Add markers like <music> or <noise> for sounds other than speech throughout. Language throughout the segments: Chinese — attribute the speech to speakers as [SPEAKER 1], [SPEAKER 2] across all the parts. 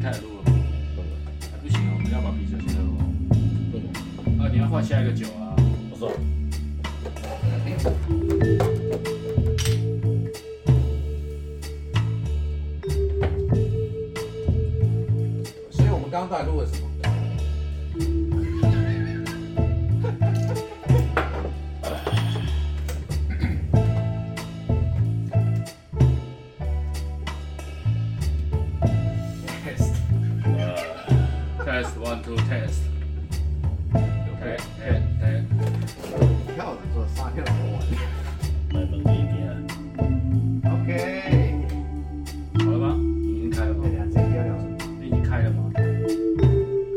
[SPEAKER 1] 开始录了吗？还不行啊，我们要把啤酒现在录完。啊，你要换下一个酒啊。
[SPEAKER 2] 不是，
[SPEAKER 3] 所以我们刚刚到底录了什么？
[SPEAKER 1] Test test one two test。OK OK。
[SPEAKER 3] 跳着做撒尿我玩。
[SPEAKER 2] 买门给你啊。
[SPEAKER 3] OK，
[SPEAKER 1] 好了吗？你已经开了吗
[SPEAKER 3] 大？家这一集要聊什么？
[SPEAKER 1] 你已经开了吗？
[SPEAKER 3] 开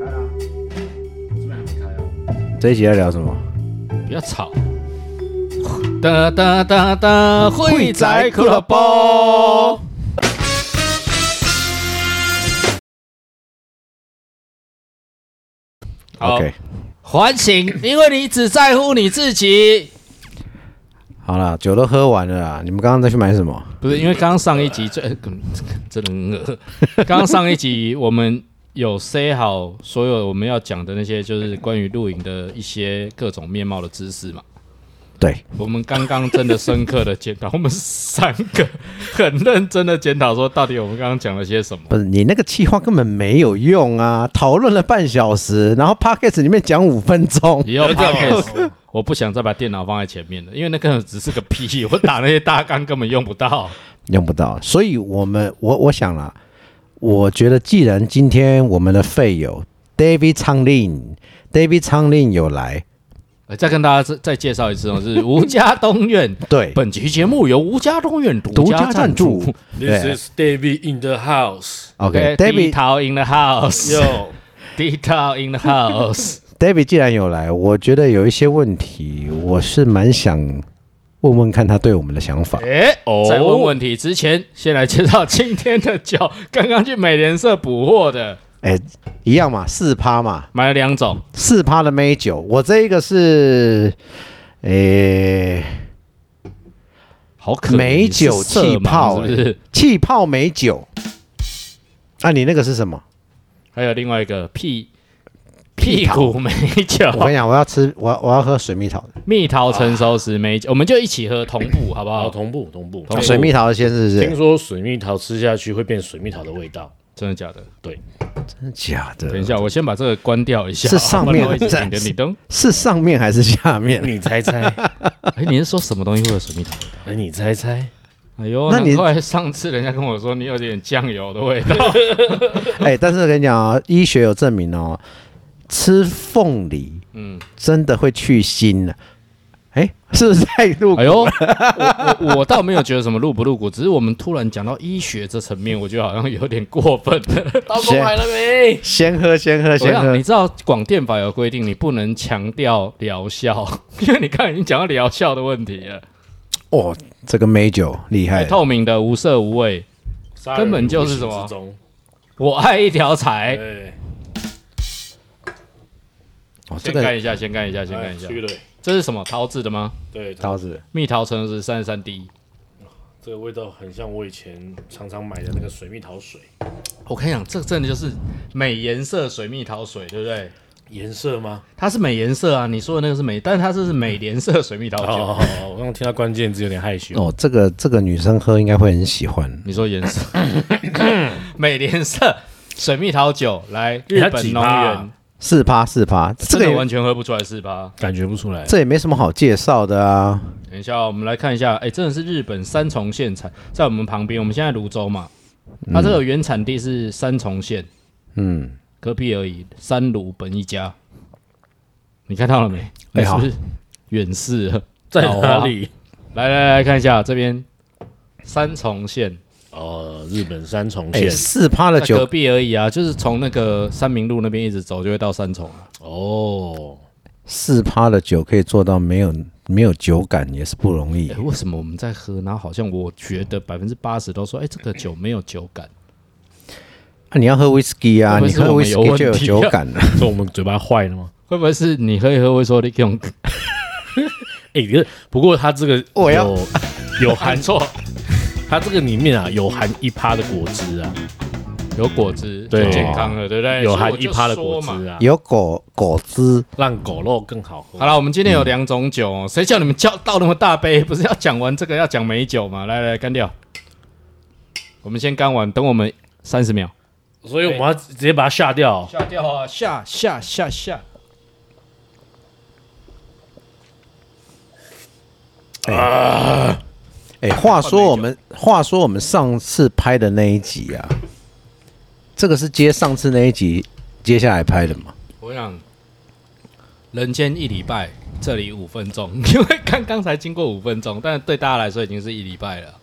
[SPEAKER 3] 了啊。
[SPEAKER 1] 我这边还没开啊。
[SPEAKER 4] 这一集要聊什么？
[SPEAKER 5] 不要吵。哒哒哒哒，会宅俱乐部。好
[SPEAKER 4] OK，
[SPEAKER 5] 还醒，因为你只在乎你自己。
[SPEAKER 4] 好了，酒都喝完了啊啦，你们刚刚再去买什么？
[SPEAKER 5] 不是，因为刚上一集 <laughs> 最、呃真的很恶。刚上一集我们有 say 好所有我们要讲的那些，就是关于露营的一些各种面貌的知识嘛。
[SPEAKER 4] 对，
[SPEAKER 5] 我们刚刚真的深刻的检讨，我们三个很认真的检讨，说到底我们刚刚讲了些什么。
[SPEAKER 4] 不是你那个气话根本没有用啊！讨论了半小时，然后 podcast 里面讲五分钟，
[SPEAKER 5] 以后 podcast 我不想再把电脑放在前面了，因为那个只是个屁，我打那些大纲根本用不到。
[SPEAKER 4] <laughs> 用不到。所以我们，我我想啦，我觉得既然今天我们的费友 David 昌令，David 昌令有来，
[SPEAKER 5] 呃再跟大家再再介绍一次哦，是吴家东院。
[SPEAKER 4] 对，
[SPEAKER 5] <laughs> 本期节目由吴家东院独
[SPEAKER 4] 独
[SPEAKER 5] 家
[SPEAKER 4] 家
[SPEAKER 5] 赞
[SPEAKER 4] 赞
[SPEAKER 5] 助
[SPEAKER 4] 助。哎
[SPEAKER 2] This is David in the house。
[SPEAKER 5] David
[SPEAKER 4] OK，David
[SPEAKER 5] Tao in the house，David
[SPEAKER 2] Yo，
[SPEAKER 5] Tao in the
[SPEAKER 4] <laughs>
[SPEAKER 5] house。
[SPEAKER 4] David 既然有来，我觉得有一些问题，我是蛮想问问看他对我们的想法。
[SPEAKER 5] 哎，
[SPEAKER 2] 哦
[SPEAKER 5] 在问问题之前，先来介绍今天的酒。刚刚去美联社补货的，
[SPEAKER 4] 哎，一样嘛，四趴嘛，
[SPEAKER 5] 买了两种，
[SPEAKER 4] 四趴的美酒，我这一个是，呃诶、
[SPEAKER 5] 好可怜
[SPEAKER 4] 美酒
[SPEAKER 5] 是色
[SPEAKER 4] 气泡哎
[SPEAKER 5] 盲是不是？
[SPEAKER 4] 气泡美酒。啊，你那个是什么？
[SPEAKER 5] 还有另外一个屁屁股美酒，
[SPEAKER 4] <laughs> 我跟你讲，我要吃，我要我要喝水蜜桃的。
[SPEAKER 5] 蜜桃成熟时美酒，我们就一起喝同步，好不
[SPEAKER 2] 好，
[SPEAKER 5] 好？
[SPEAKER 2] 同步同步。
[SPEAKER 5] 同
[SPEAKER 4] 水蜜桃的先是不
[SPEAKER 2] 听
[SPEAKER 4] 是？
[SPEAKER 2] 说水蜜桃吃下去会变水蜜桃的味道，
[SPEAKER 5] 真的假的？
[SPEAKER 4] 真的假
[SPEAKER 5] 等一
[SPEAKER 4] 的？
[SPEAKER 5] 下，我先把这个关掉一下。
[SPEAKER 4] 是上面
[SPEAKER 5] 不然我一直
[SPEAKER 4] 在
[SPEAKER 5] 顶着你灯。
[SPEAKER 4] 是上面还是下面？
[SPEAKER 2] 你猜 <laughs> 猜，
[SPEAKER 5] 哎，你是说什么东西会有水蜜桃？
[SPEAKER 2] 哎你猜猜，
[SPEAKER 5] 哎呦，
[SPEAKER 4] <laughs> 那
[SPEAKER 5] 难
[SPEAKER 4] 你
[SPEAKER 5] 怪上次人家跟我说你有点酱油的味道。 <laughs>
[SPEAKER 4] 哎、但是我跟你讲啊，医学有证明哦，吃凤梨
[SPEAKER 5] 嗯，
[SPEAKER 4] 真的会去腥的、哎、是不是在录？
[SPEAKER 5] 哎呦，我我我倒没有觉得什么露不露骨，只是我们突然讲到医学这层面，我觉得好像有点过分了。
[SPEAKER 2] <laughs> 刀工买了没？
[SPEAKER 4] 先喝，先喝，
[SPEAKER 5] 我
[SPEAKER 4] 先
[SPEAKER 5] 想
[SPEAKER 4] 喝
[SPEAKER 5] 你。知道广电法有规定，你不能强调疗效，因为你刚才已经讲到疗效的问题了。
[SPEAKER 4] 哦，这个美酒厉
[SPEAKER 2] 哎
[SPEAKER 4] 害了。
[SPEAKER 5] 透明的，无色无味，根本就是什么
[SPEAKER 2] 杀人无形之中
[SPEAKER 5] 我爱一条财。
[SPEAKER 2] 哎，
[SPEAKER 4] 哦，这
[SPEAKER 5] 先
[SPEAKER 4] 个
[SPEAKER 5] 看一下，先看一下，先看一下
[SPEAKER 2] 哎，去了，
[SPEAKER 5] 这是什么桃子的吗？
[SPEAKER 2] 对，它
[SPEAKER 4] 刀子。
[SPEAKER 5] 蜜桃橙汁三十三滴。
[SPEAKER 2] 这个味道很像我以前常常买的那个水蜜桃水，
[SPEAKER 5] 我跟你讲，这真的就是美颜色水蜜桃水，对不对？
[SPEAKER 2] 颜色吗？
[SPEAKER 5] 它是美颜色啊，你说的那个是美，但是它这是美颜色水蜜桃酒。
[SPEAKER 2] 哦，我刚刚听到关键字有点害羞。
[SPEAKER 4] 哦，这个这个女生喝应该会很喜欢。
[SPEAKER 5] 你说颜色，美联社水蜜桃酒来
[SPEAKER 2] 欸
[SPEAKER 5] 日
[SPEAKER 2] 它
[SPEAKER 5] 本
[SPEAKER 2] 几
[SPEAKER 5] 农
[SPEAKER 2] 趴啊
[SPEAKER 5] 园，
[SPEAKER 4] 四趴四趴，这
[SPEAKER 5] 这
[SPEAKER 4] 个
[SPEAKER 5] 个
[SPEAKER 4] 也
[SPEAKER 5] 完全喝不出来是吧？
[SPEAKER 2] 感觉不出来，
[SPEAKER 4] 这也没什么好介绍的啊。
[SPEAKER 5] 等一下哦，我们来看一下，哎、真的是日本三重县产，在我们旁边，我们现在泸州嘛，它这个原产地是三重县
[SPEAKER 4] 嗯，
[SPEAKER 5] 隔壁而已，三鲁本一家，你看到了没？是
[SPEAKER 4] 哎好
[SPEAKER 5] 不是远视了？啊
[SPEAKER 2] 在哪里？
[SPEAKER 5] 来来来看一下这边三重县，
[SPEAKER 2] 哦，日本三重
[SPEAKER 4] 哎，
[SPEAKER 2] 县。
[SPEAKER 4] 四趴的
[SPEAKER 5] 在隔
[SPEAKER 4] 酒，
[SPEAKER 5] 壁而已啊，就是从那个三明路那边一直走就会到三重啊。
[SPEAKER 2] 哦，
[SPEAKER 4] 四趴的酒可以做到没有没有酒感，也是不容易
[SPEAKER 5] 哎、。为什么我们在喝，然后好像我觉得百分之八十都说，哎、这个酒没有酒感，
[SPEAKER 4] 啊，你要喝 whisky 啊，
[SPEAKER 5] 会不会
[SPEAKER 4] 你
[SPEAKER 5] 是
[SPEAKER 4] 喝
[SPEAKER 5] 我们有
[SPEAKER 4] whisky 就有
[SPEAKER 5] 问题啊
[SPEAKER 4] 酒感了。
[SPEAKER 2] 是我们嘴巴坏了吗？
[SPEAKER 5] 会不会是你喝一喝会说你用
[SPEAKER 2] 哎、可是不过它这个
[SPEAKER 4] 我要
[SPEAKER 2] 有有含错，它这个里面啊有含一趴的果汁啊，
[SPEAKER 5] 有果汁
[SPEAKER 2] 对
[SPEAKER 5] 就健康了，对不对？哎所以
[SPEAKER 2] 有含
[SPEAKER 5] 我
[SPEAKER 2] 一
[SPEAKER 5] 就
[SPEAKER 2] 趴的
[SPEAKER 5] 说
[SPEAKER 2] 果
[SPEAKER 5] 嘛
[SPEAKER 2] 汁啊，
[SPEAKER 4] 有果果汁，
[SPEAKER 2] 让狗肉更好喝。
[SPEAKER 5] 好了，我们今天有两种酒、哦，谁叫你们叫倒那么大杯？不是要讲完这个要讲美酒嘛？来来，干掉。我们先干完，等我们三十秒。
[SPEAKER 2] 所以我们要直接把它下掉。哦
[SPEAKER 5] 下掉啊，下下下下。
[SPEAKER 4] 哎，话说我们话说我们上次拍的那一集啊，这个是接上次那一集接下来拍的嘛？
[SPEAKER 5] 我想，人间一礼拜，这里五分钟， <laughs> 因为刚刚才经过五分钟，但是对大家来说已经是一礼拜了。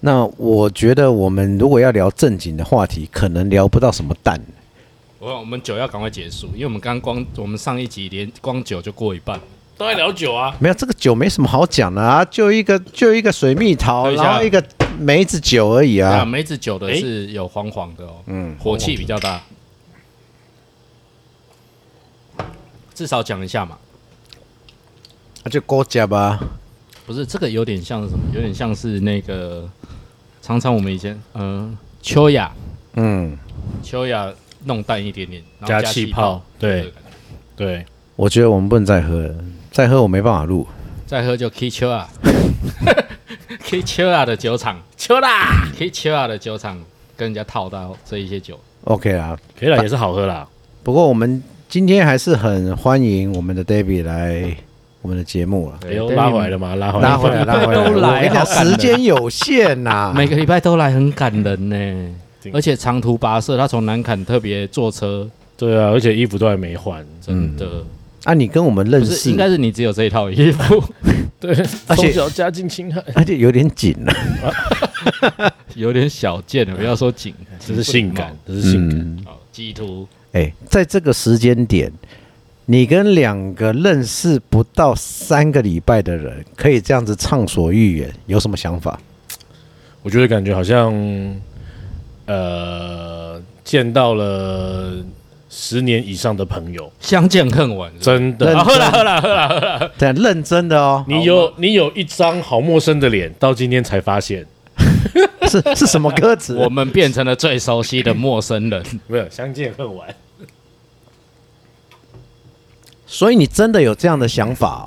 [SPEAKER 4] 那我觉得我们如果要聊正经的话题，可能聊不到什么蛋。
[SPEAKER 5] 我我们酒要赶快结束，因为我们刚光我们上一集连光酒就过一半。
[SPEAKER 2] 都在聊酒啊，
[SPEAKER 4] 没有这个酒没什么好讲的啊，就一个就一个水蜜桃，
[SPEAKER 5] 等一下
[SPEAKER 4] 然后一个梅子酒而已
[SPEAKER 5] 啊，
[SPEAKER 4] 啊。
[SPEAKER 5] 梅子酒的是有黄黄的哦，
[SPEAKER 4] 嗯，
[SPEAKER 5] 火气比较大。至少讲一下嘛，
[SPEAKER 4] 那啊就勾加吧。
[SPEAKER 5] 不是这个有点像是什么？有点像是那个常常我们以前呃秋雅
[SPEAKER 4] 嗯，
[SPEAKER 5] 秋雅弄淡一点点，然后
[SPEAKER 2] 加
[SPEAKER 5] 气
[SPEAKER 2] 气泡，
[SPEAKER 5] 对
[SPEAKER 2] 对，对，
[SPEAKER 4] 我觉得我们不能再喝了，再喝我没办法录。
[SPEAKER 5] 再喝就 K 秋啊 <laughs> ，K 秋啊的酒厂
[SPEAKER 2] 秋啦，
[SPEAKER 5] ，K 秋啊的酒厂跟人家套到这一些酒，
[SPEAKER 4] OK 啦，
[SPEAKER 2] 可以啦，也是好喝啦。
[SPEAKER 4] 不过我们今天还是很欢迎我们的 David 来我们的节目啊了。
[SPEAKER 2] 哎呦，拉回来了嘛，拉回来，
[SPEAKER 4] 拉回来，拉回来！
[SPEAKER 5] 都来
[SPEAKER 4] 我跟你
[SPEAKER 5] 好
[SPEAKER 4] 讲，
[SPEAKER 5] 感人
[SPEAKER 4] 时间有限呐、
[SPEAKER 5] 每个礼拜都来，很感人呢。
[SPEAKER 2] 对
[SPEAKER 5] 而且长途跋涉，他从南坎特别坐车，
[SPEAKER 2] 对啊，而且衣服都还没换，
[SPEAKER 5] 真的、
[SPEAKER 4] 啊，你跟我们认
[SPEAKER 5] 不是
[SPEAKER 4] 识
[SPEAKER 5] 应，该是你只有这一套衣服， <laughs>
[SPEAKER 2] <laughs> 对，
[SPEAKER 4] 而且
[SPEAKER 2] 从小家境侵害，
[SPEAKER 4] 而且啊有点紧了、
[SPEAKER 5] 有点小贱了，不哦要说紧，
[SPEAKER 2] 这是性感，这是性感。
[SPEAKER 4] 嗯，
[SPEAKER 5] 好，鸡突
[SPEAKER 4] 哎，在这个时间点，你跟两个认识不到三个礼拜的人，可以这样子畅所欲言，有什么想法？
[SPEAKER 2] 我觉得感觉好像，呃，见到了十年以上的朋友，
[SPEAKER 5] 相见恨晚，是吧
[SPEAKER 2] 真的。啊
[SPEAKER 4] 认
[SPEAKER 2] 好喝啦，
[SPEAKER 4] 真
[SPEAKER 2] 喝啦，喝啦，喝啦。
[SPEAKER 4] 但认真的哦，
[SPEAKER 2] 你有你有一张好陌生的脸，到今天才发现，
[SPEAKER 4] 是是什么歌词？
[SPEAKER 5] <laughs> 我们变成了最熟悉的陌生人。
[SPEAKER 2] <laughs>
[SPEAKER 5] <laughs>
[SPEAKER 2] 没有相见恨晚。
[SPEAKER 4] 所以你真的有这样的想法、哦？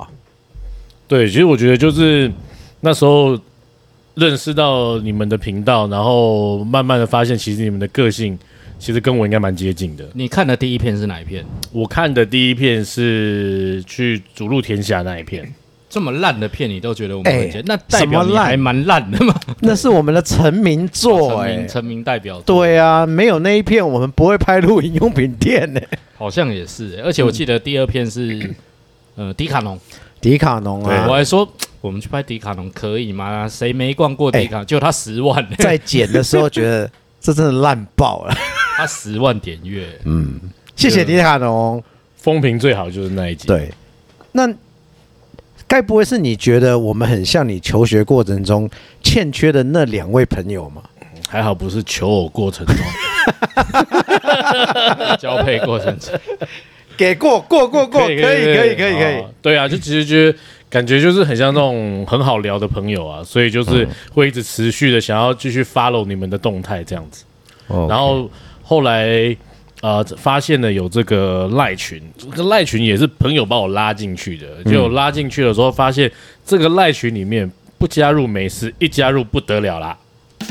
[SPEAKER 2] 对，其实我觉得就是那时候认识到你们的频道，然后慢慢的发现，其实你们的个性其实跟我应该蛮接近的。
[SPEAKER 5] 你看的第一片是哪一片？
[SPEAKER 2] 我看的第一片是去逐鹿天下那一片，
[SPEAKER 5] 这么烂的片你都觉得我们会接
[SPEAKER 4] 哎
[SPEAKER 5] 那代表
[SPEAKER 4] 什
[SPEAKER 5] 你
[SPEAKER 4] 么烂
[SPEAKER 5] 还蛮烂的嘛？
[SPEAKER 4] 那是我们的成名
[SPEAKER 5] <laughs>
[SPEAKER 4] 作
[SPEAKER 5] 成
[SPEAKER 4] 哎、
[SPEAKER 5] 名成名代表，
[SPEAKER 4] 对啊，没有那一片，我们不会拍露营用品店呢、
[SPEAKER 5] 好像也是。而且我记得第二片是呃迪卡侬，
[SPEAKER 4] 迪卡侬
[SPEAKER 5] 我
[SPEAKER 4] 啊，
[SPEAKER 5] 还说我们去拍迪卡侬可以吗？谁没逛过迪
[SPEAKER 2] 哎
[SPEAKER 5] 卡？就他十万，
[SPEAKER 4] <laughs> 在剪的时候觉得这真的烂爆 <laughs> 了。
[SPEAKER 5] <laughs> 他十万点阅，
[SPEAKER 4] 谢谢迪卡侬。
[SPEAKER 2] <laughs> 风评最好就是那一集。，
[SPEAKER 4] 对，那该不会是你觉得我们很像你求学过程中欠缺的那两位朋友吗？
[SPEAKER 2] 还好不是求偶过程中。
[SPEAKER 5] 交配过程
[SPEAKER 2] <laughs>
[SPEAKER 5] 中，
[SPEAKER 4] 给过，过过过，可以可以可以可以
[SPEAKER 2] 哦。对啊，就其实觉得感觉就是很像那种很好聊的朋友啊，所以
[SPEAKER 4] 嗯
[SPEAKER 2] 就是会一直持续的想要继续 follow 你们的动态这样子。
[SPEAKER 4] 哦
[SPEAKER 2] 然后后来呃发现了有这个赖群，这个赖群也是朋友把我拉进去的，就拉进去的时候发现这个赖群里面不加入没事，一加入不得了啦。
[SPEAKER 4] 呃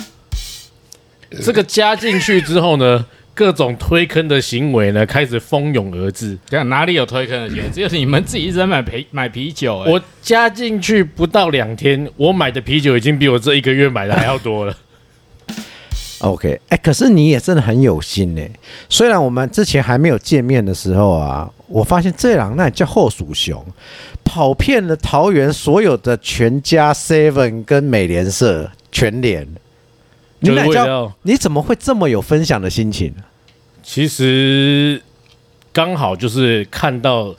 [SPEAKER 2] 这个加进去之后呢，各种推坑的行为呢开始蜂拥而至。
[SPEAKER 5] 这样哪里有推坑的节目？只有你们自己一直在买啤买啤酒、欸。
[SPEAKER 2] 我加进去不到两天，我买的啤酒已经比我这一个月买的还要多了。
[SPEAKER 4] OK，哎、可是你也真的很有心呢、虽然我们之前还没有见面的时候啊，我发现这狼那叫后鼠熊，跑遍了桃园所有的全家 Seven 跟美联社全联。 <laughs> 你
[SPEAKER 2] 就是
[SPEAKER 4] 那
[SPEAKER 2] 为了
[SPEAKER 4] 叫
[SPEAKER 2] 要
[SPEAKER 4] 你怎么会这么有分享的心情？
[SPEAKER 5] 啊
[SPEAKER 2] 其实刚好就是看到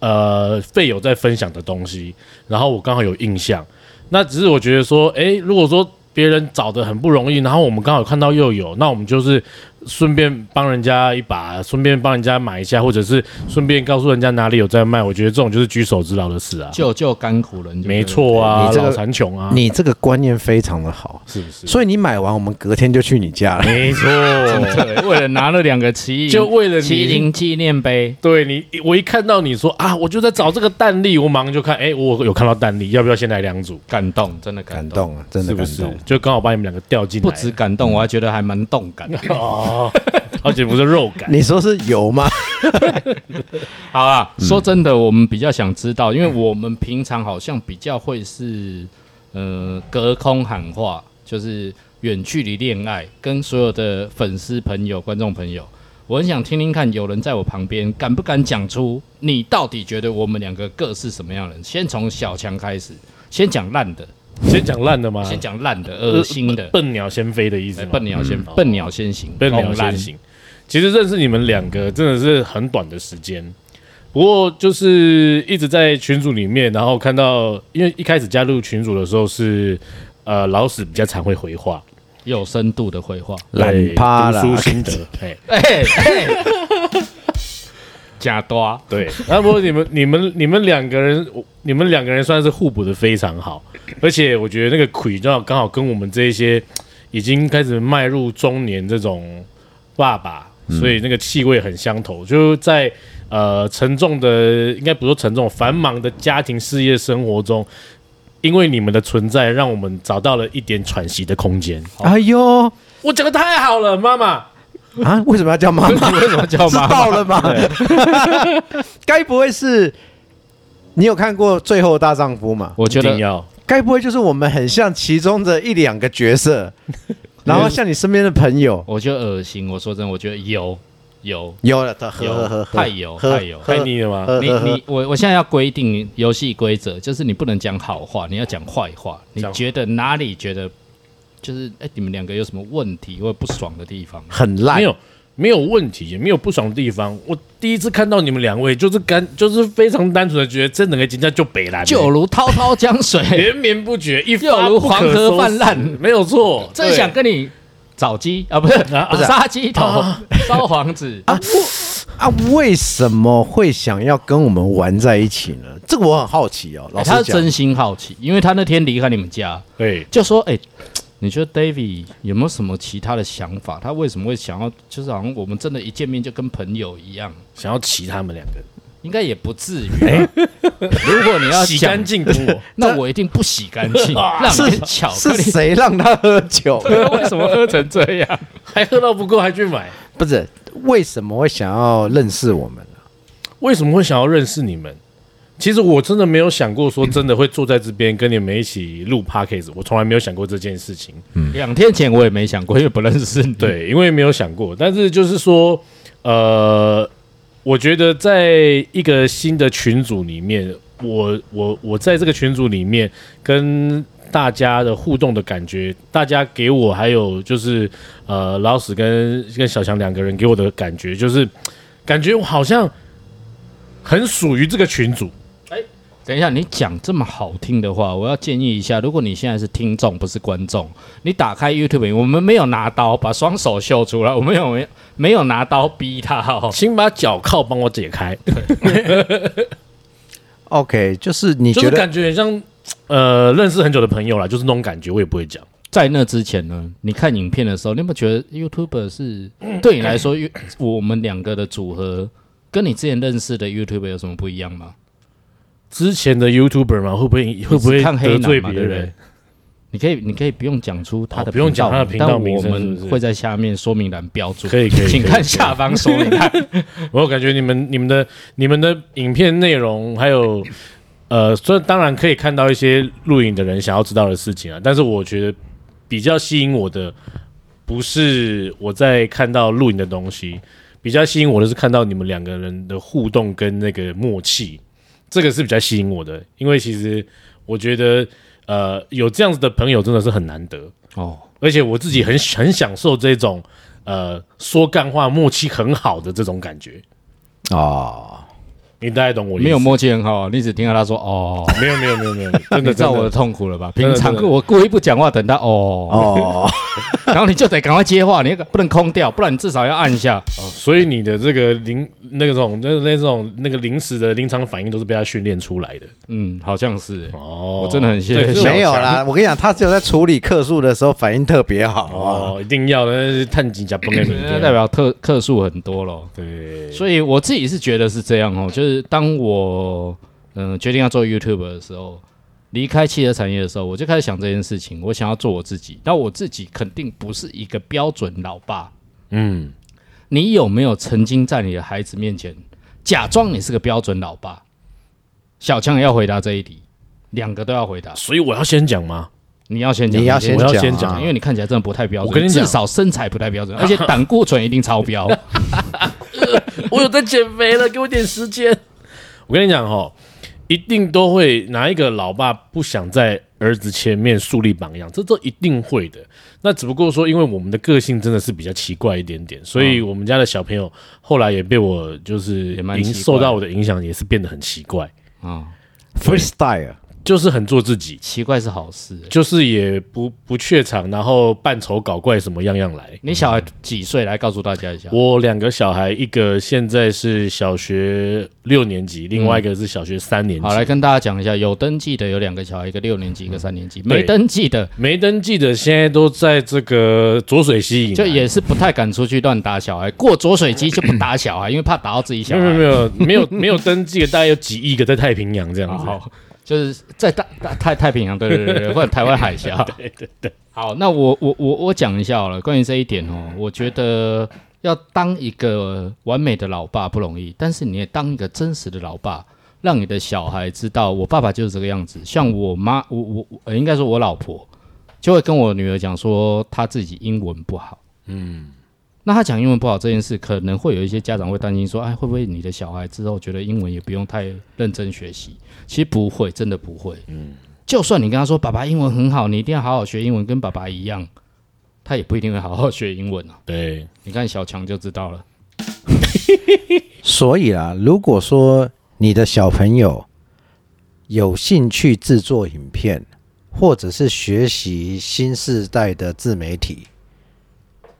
[SPEAKER 2] 呃费友在分享的东西，然后我刚好有印象。那只是我觉得说，诶，如果说别人找的很不容易，然后我们刚好看到又有，那我们就是顺便帮人家一把，顺便帮人家买一下，或者是顺便告诉人家哪里有在卖，我觉得这种就是举手之劳的事啊。
[SPEAKER 5] 救救甘苦人就对了，
[SPEAKER 2] 没错啊，
[SPEAKER 4] 你这个
[SPEAKER 2] 老残穷啊，
[SPEAKER 4] 你这个观念非常的好，
[SPEAKER 2] 是不是？
[SPEAKER 4] 所以你买完，我们隔天就去你家了。
[SPEAKER 5] 哎
[SPEAKER 2] 没错，
[SPEAKER 5] 对，为了拿了两个麒麟，
[SPEAKER 2] <laughs> 就为了你
[SPEAKER 5] 麒麟纪念碑，
[SPEAKER 2] 对你，我一看到你说啊，我就在找这个蛋力，我马上就看，哎、我有看到蛋力，要不要先来两组？
[SPEAKER 5] 感动，真的
[SPEAKER 4] 感
[SPEAKER 5] 感动，
[SPEAKER 4] 动啊，真
[SPEAKER 2] 是
[SPEAKER 4] 的
[SPEAKER 2] 不
[SPEAKER 4] 感
[SPEAKER 2] 是
[SPEAKER 4] 动。？
[SPEAKER 2] 就刚好把你们两个调进来，
[SPEAKER 5] 不止感动，我还觉得还蛮动感的。
[SPEAKER 2] <laughs> 哦，
[SPEAKER 4] <laughs>
[SPEAKER 2] 而且不是肉感，
[SPEAKER 4] 你说是有吗？
[SPEAKER 5] 好啦，说真的，我们比较想知道，因为我们平常好像比较会是呃隔空喊话，就是远距离恋爱，跟所有的粉丝朋友、观众朋友。我很想听听看，有人在我旁边，敢不敢讲出你到底觉得我们两个各是什么样的人？先从小强开始，先讲烂的，
[SPEAKER 2] 先讲烂的吗？
[SPEAKER 5] 先讲烂的、恶心的
[SPEAKER 2] 呃，笨鸟先飞的意思
[SPEAKER 5] 哎
[SPEAKER 2] 吗？
[SPEAKER 5] 笨鸟先、笨鸟先行，
[SPEAKER 2] 笨鸟
[SPEAKER 5] 拱烂
[SPEAKER 2] 先。行。其实认识你们两个真的是很短的时间，不过就是一直在群组里面，然后看到，因为一开始加入群组的时候是，呃，老史比较常会回话，
[SPEAKER 5] 有深度的绘画，
[SPEAKER 4] 懒趴
[SPEAKER 2] 对
[SPEAKER 4] 啦
[SPEAKER 2] 读书心得，哎，
[SPEAKER 5] 哎、哎， <laughs> 假、多。
[SPEAKER 2] 对， <laughs> 那不过你们、你们、你们两个人，我你们两个人算是互补的非常好，而且我觉得那个魁正好刚好跟我们这一些已经开始迈入中年这种爸爸，
[SPEAKER 4] 嗯
[SPEAKER 2] 所以那个气味很相投，就在呃沉重的，应该不说沉重，繁忙的家庭事业生活中。因为你们的存在，让我们找到了一点喘息的空间。
[SPEAKER 5] 哦
[SPEAKER 4] 哎呦
[SPEAKER 2] 我讲的太好了，妈妈。
[SPEAKER 4] 啊，为什么要叫妈妈？
[SPEAKER 5] 为什么叫 <laughs>
[SPEAKER 4] 知
[SPEAKER 5] 妈妈？
[SPEAKER 4] 道了吗？ <laughs> 该不会是你有看过《最后大丈夫》吗？
[SPEAKER 5] 我觉
[SPEAKER 2] 一定
[SPEAKER 5] 得
[SPEAKER 2] 要
[SPEAKER 4] 该不会就是我们很像其中的一两个
[SPEAKER 5] <laughs>
[SPEAKER 4] 角色，然后像你身边的朋友，
[SPEAKER 5] 我觉得恶心。我说真的，我觉得油油，
[SPEAKER 4] 有了的，呵
[SPEAKER 5] 有
[SPEAKER 4] 呵呵，呵
[SPEAKER 5] 太有
[SPEAKER 4] 呵
[SPEAKER 5] 太有哎
[SPEAKER 4] 呵
[SPEAKER 2] 太腻了吗？
[SPEAKER 4] 呵
[SPEAKER 5] 你
[SPEAKER 4] 呵呵
[SPEAKER 5] 你我我现在要规定游戏规则，就是你不能讲好话，你要讲坏话。你
[SPEAKER 2] 讲
[SPEAKER 5] 觉得哪里觉得就是哎、你们两个有什么问题或者不爽的地方？
[SPEAKER 4] 很烂
[SPEAKER 2] 没，有没有问题，也没有不爽的地方。我第一次看到你们两位，就是干，就是非常单纯的觉得这两个人家就北蓝，
[SPEAKER 5] 就如滔滔江水，
[SPEAKER 2] 连绵不绝，一
[SPEAKER 5] 就
[SPEAKER 2] 发
[SPEAKER 5] 如
[SPEAKER 2] 不可
[SPEAKER 5] 黄河
[SPEAKER 2] 收拾
[SPEAKER 5] 泛滥
[SPEAKER 2] 没有错。
[SPEAKER 5] 真想跟你找鸡啊，不是
[SPEAKER 2] 啊
[SPEAKER 4] 不是啊
[SPEAKER 5] 杀鸡头、烧黄子。哎
[SPEAKER 4] 啊，为什么会想要跟我们玩在一起呢？这个我很好奇哦，老
[SPEAKER 5] 他
[SPEAKER 4] 师
[SPEAKER 5] 是真
[SPEAKER 4] 讲，
[SPEAKER 5] 心好奇，因为他那天离开你们家，
[SPEAKER 2] 对，
[SPEAKER 5] 就说：“哎、你觉得 David 有没有什么其他的想法？他为什么会想要，就是好像我们真的，一见面就跟朋友一样，
[SPEAKER 2] 想要骑他们两个，
[SPEAKER 5] 应该也不至于吧。 <laughs> 如果你要
[SPEAKER 2] 哎洗
[SPEAKER 5] 讲
[SPEAKER 2] 干，净啊
[SPEAKER 5] <laughs>
[SPEAKER 2] 给我。
[SPEAKER 5] 那我一定不洗干
[SPEAKER 2] <laughs>
[SPEAKER 5] 净，让你巧克
[SPEAKER 4] 是
[SPEAKER 5] 力。
[SPEAKER 4] 谁让他喝酒？
[SPEAKER 5] 为什么喝成这
[SPEAKER 2] <laughs>
[SPEAKER 5] 样？
[SPEAKER 2] 还喝到不够，还去买。
[SPEAKER 4] 不是为什么会想要认识我们？
[SPEAKER 2] 为什么会想要认识你们？其实我真的没有想过，说真的会坐在这边跟你们一起录 podcast，我从来没有想过这件事情。
[SPEAKER 5] 两天前我也没想过，因为不认识你。，
[SPEAKER 2] 嗯对，因为没有想过，但是就是说，呃，我觉得在一个新的群组里面，我我我在这个群组里面跟大家的互动的感觉，大家给我还有就是呃老史跟跟小强两个人给我的感觉，就是感觉我好像很属于这个群 <laughs> 组。
[SPEAKER 5] 等一下，你讲这么好听的话，我要建议一下，如果你现在是听众，不是观众，你打开 YouTube，我们没有拿刀，把双手秀出来，我们有没有没有拿刀逼他哦。
[SPEAKER 2] 请把脚铐帮我解开，
[SPEAKER 4] OK，就是你
[SPEAKER 2] 就是
[SPEAKER 4] 觉得
[SPEAKER 2] 感觉很像呃认识很久的朋友啦，就是那种感觉，我也不会讲。
[SPEAKER 5] 在那之前呢，你看影片的时候，你有没有觉得 YouTuber 是对你来说，我们两个的组合跟你之前认识的 YouTuber 有什么不一样吗？
[SPEAKER 2] 之前的 YouTuber 嘛，会不会会不会
[SPEAKER 5] 看黑
[SPEAKER 2] 得
[SPEAKER 5] 男
[SPEAKER 2] 罪
[SPEAKER 5] 嘛，
[SPEAKER 2] 别
[SPEAKER 5] 对不对
[SPEAKER 2] 人？？
[SPEAKER 5] 你可以，你可以不用讲出他的、
[SPEAKER 2] 哦不用讲他的频道名
[SPEAKER 5] 但我
[SPEAKER 2] 称是
[SPEAKER 5] 们
[SPEAKER 2] 不是
[SPEAKER 5] 会在下面说明栏标注。
[SPEAKER 2] 可以可以可以
[SPEAKER 5] 请看下方说明栏。
[SPEAKER 2] <laughs> 我感觉你们、你们的、你们的影片内容，还有呃，这当然可以看到一些录影的人想要知道的事情啊。但是我觉得比较吸引我的，不是我在看到录影的东西，比较吸引我的是看到你们两个人的互动跟那个默契，这个是比较吸引我的。因为其实我觉得，呃，有这样子的朋友真的是很难得。
[SPEAKER 5] 哦，
[SPEAKER 2] 而且我自己很很享受这种呃说干话默契很好的这种感觉。
[SPEAKER 4] 哦，
[SPEAKER 2] 你大概懂我的意思。
[SPEAKER 5] 没有默契很好，你只听到他说哦，
[SPEAKER 2] 没有没有没有没有，
[SPEAKER 5] <laughs>
[SPEAKER 2] 真
[SPEAKER 5] 你
[SPEAKER 2] 的
[SPEAKER 5] 知道
[SPEAKER 2] 真
[SPEAKER 5] 我的
[SPEAKER 2] 的
[SPEAKER 5] 痛苦了吧？
[SPEAKER 2] 真
[SPEAKER 5] 平
[SPEAKER 2] 的
[SPEAKER 5] 常
[SPEAKER 2] 真的
[SPEAKER 5] 我故意不讲话，等他哦，
[SPEAKER 4] 哦，
[SPEAKER 5] 然后你就得赶快接话，你不能空掉，不然你至少要按一下。
[SPEAKER 2] 所以你的这个临那个种那那种那个临时的临场反应都是被他训练出来的。
[SPEAKER 5] 嗯，好像是欸。
[SPEAKER 2] 哦
[SPEAKER 5] 我真的很谢
[SPEAKER 2] 对
[SPEAKER 5] 谢
[SPEAKER 2] 这种
[SPEAKER 5] 小
[SPEAKER 4] 没有啦，我跟你讲，他只有在处理客诉的时候反应特别好啊。
[SPEAKER 2] 哦，一定要的，那是探井加崩的
[SPEAKER 5] 那 <laughs> 代表特克数很多咯。
[SPEAKER 2] 对，
[SPEAKER 5] 所以我自己是觉得是这样哦，就是当我嗯、呃决定要做 YouTube 的时候，离开汽车产业的时候，我就开始想这件事情，我想要做我自己。但我自己肯定不是一个标准老爸。
[SPEAKER 2] 嗯，
[SPEAKER 5] 你有没有曾经在你的孩子面前假装你是个标准老爸？小强也要回答这一题，两个都要回答。
[SPEAKER 2] 所以我要先讲吗？
[SPEAKER 5] 你要先讲，
[SPEAKER 4] 你要先
[SPEAKER 2] 我要
[SPEAKER 4] 先
[SPEAKER 2] 先
[SPEAKER 4] 讲
[SPEAKER 2] 讲
[SPEAKER 4] 啊
[SPEAKER 5] 因为你看起来真的不太标准，
[SPEAKER 2] 我跟你讲
[SPEAKER 5] 至少身材不太
[SPEAKER 2] <laughs>
[SPEAKER 5] 标准，而且胆固醇一定超标。
[SPEAKER 2] <laughs> 我有在减肥了，给我点时间。我跟你讲哦，一定都会哪一个老爸不想在儿子前面树立榜样，这都一定会的。那只不过说，因为我们的个性真的是比较奇怪一点点，所以我们家的小朋友后来也被我就是
[SPEAKER 5] 嗯也蛮
[SPEAKER 2] 影
[SPEAKER 5] 奇怪
[SPEAKER 2] 受到我的影响，也是变得很奇怪，
[SPEAKER 5] 啊，
[SPEAKER 4] Freestyle，
[SPEAKER 2] 就是很做自己，
[SPEAKER 5] 奇怪是好事欸。
[SPEAKER 2] 就是也不不怯场，然后扮丑搞怪，什么样样来。
[SPEAKER 5] 你小孩几岁？来告诉大家一下。
[SPEAKER 2] 我两个小孩，一个现在是小学六年级，另外一个是小学三年级。嗯
[SPEAKER 5] 好，来跟大家讲一下，有登记的有两个小孩，一个六年级，一个三年级；
[SPEAKER 2] 对
[SPEAKER 5] 没登记的
[SPEAKER 2] 没登记的现在都在这个浊水溪以南
[SPEAKER 5] 就也是不太敢出去乱打小孩，过浊水机就不打小孩，因为怕打到自己小
[SPEAKER 2] 没 <laughs> 有
[SPEAKER 5] 孩。
[SPEAKER 2] 没有没有没有没有登记的，大概有几亿个在太平洋这样子。
[SPEAKER 5] 好， <laughs> 就是在大大太太平洋，对对对对，或者台湾海峡。对 <laughs> 对对。好，那我我我我讲一下好了，关于这一点哦，我觉得要当一个完美的老爸不容易，但是你也当一个真实的老爸，让你的小孩知道，我爸爸就是这个样子。像我妈，我我我呃应该说我老婆就会跟我女儿讲说，她自己英文不好。嗯。那她讲英文不好这件事，可能会有一些家长会担心说，哎，会不会你的小孩之后觉得英文也不用太认真学习？其实不会，真的不会。嗯，就算你跟他说爸爸英文很好，你一定要好好学英文，跟爸爸一样，他也不一定会好好学英文啊。 <laughs>
[SPEAKER 2] 对，
[SPEAKER 5] 你看小强就知道了。
[SPEAKER 4] 所以啦，如果说你的小朋友有兴趣制作影片，或者是学习新时代的自媒体，